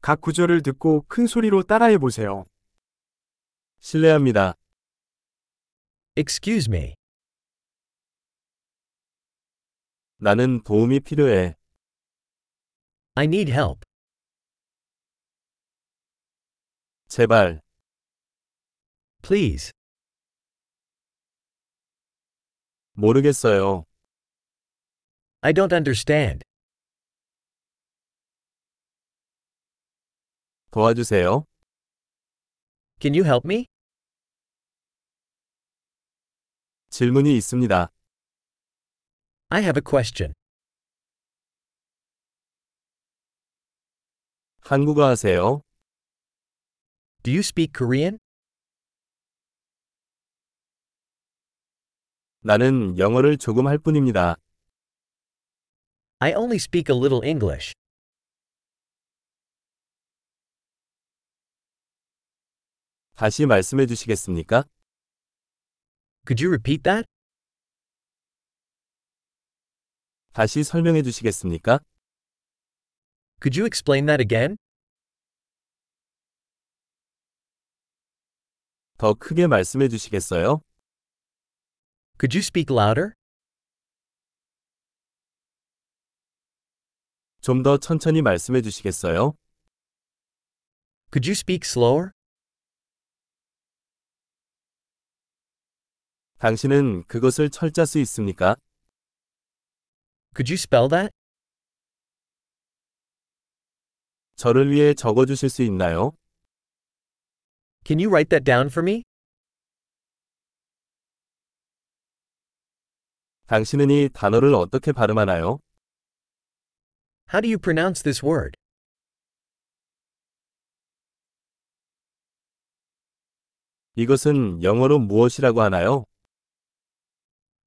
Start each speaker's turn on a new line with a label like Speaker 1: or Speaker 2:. Speaker 1: 각 구절을 듣고 큰 소리로 따라해 보세요. 실례합니다.
Speaker 2: Excuse me.
Speaker 1: 나는 도움이 필요해.
Speaker 2: I need help.
Speaker 1: 제발.
Speaker 2: Please.
Speaker 1: 모르겠어요.
Speaker 2: I don't understand.
Speaker 1: 도와주세요.
Speaker 2: Can you help me?
Speaker 1: 질문이 있습니다.
Speaker 2: I have a question.
Speaker 1: 한국어 하세요?
Speaker 2: Do you speak Korean?
Speaker 1: 나는 영어를 조금 할 뿐입니다.
Speaker 2: I only speak a little English.
Speaker 1: 다시 말씀해 주시겠습니까?
Speaker 2: Could you repeat that?
Speaker 1: 다시 설명해 주시겠습니까?
Speaker 2: Could you explain that again?
Speaker 1: 더 크게 말씀해 주시겠어요?
Speaker 2: Could you speak louder?
Speaker 1: 좀 더 천천히 말씀해 주시겠어요?
Speaker 2: Could you speak slower?
Speaker 1: 당신은 그것을 철자 수 있습니까?
Speaker 2: Could you spell that?
Speaker 1: 저를 위해 적어 주실 수 있나요?
Speaker 2: Can you write that down for me?
Speaker 1: 당신은 이 단어를 어떻게 발음하나요?
Speaker 2: How do you pronounce this word?
Speaker 1: 이것은 영어로 무엇이라고 하나요?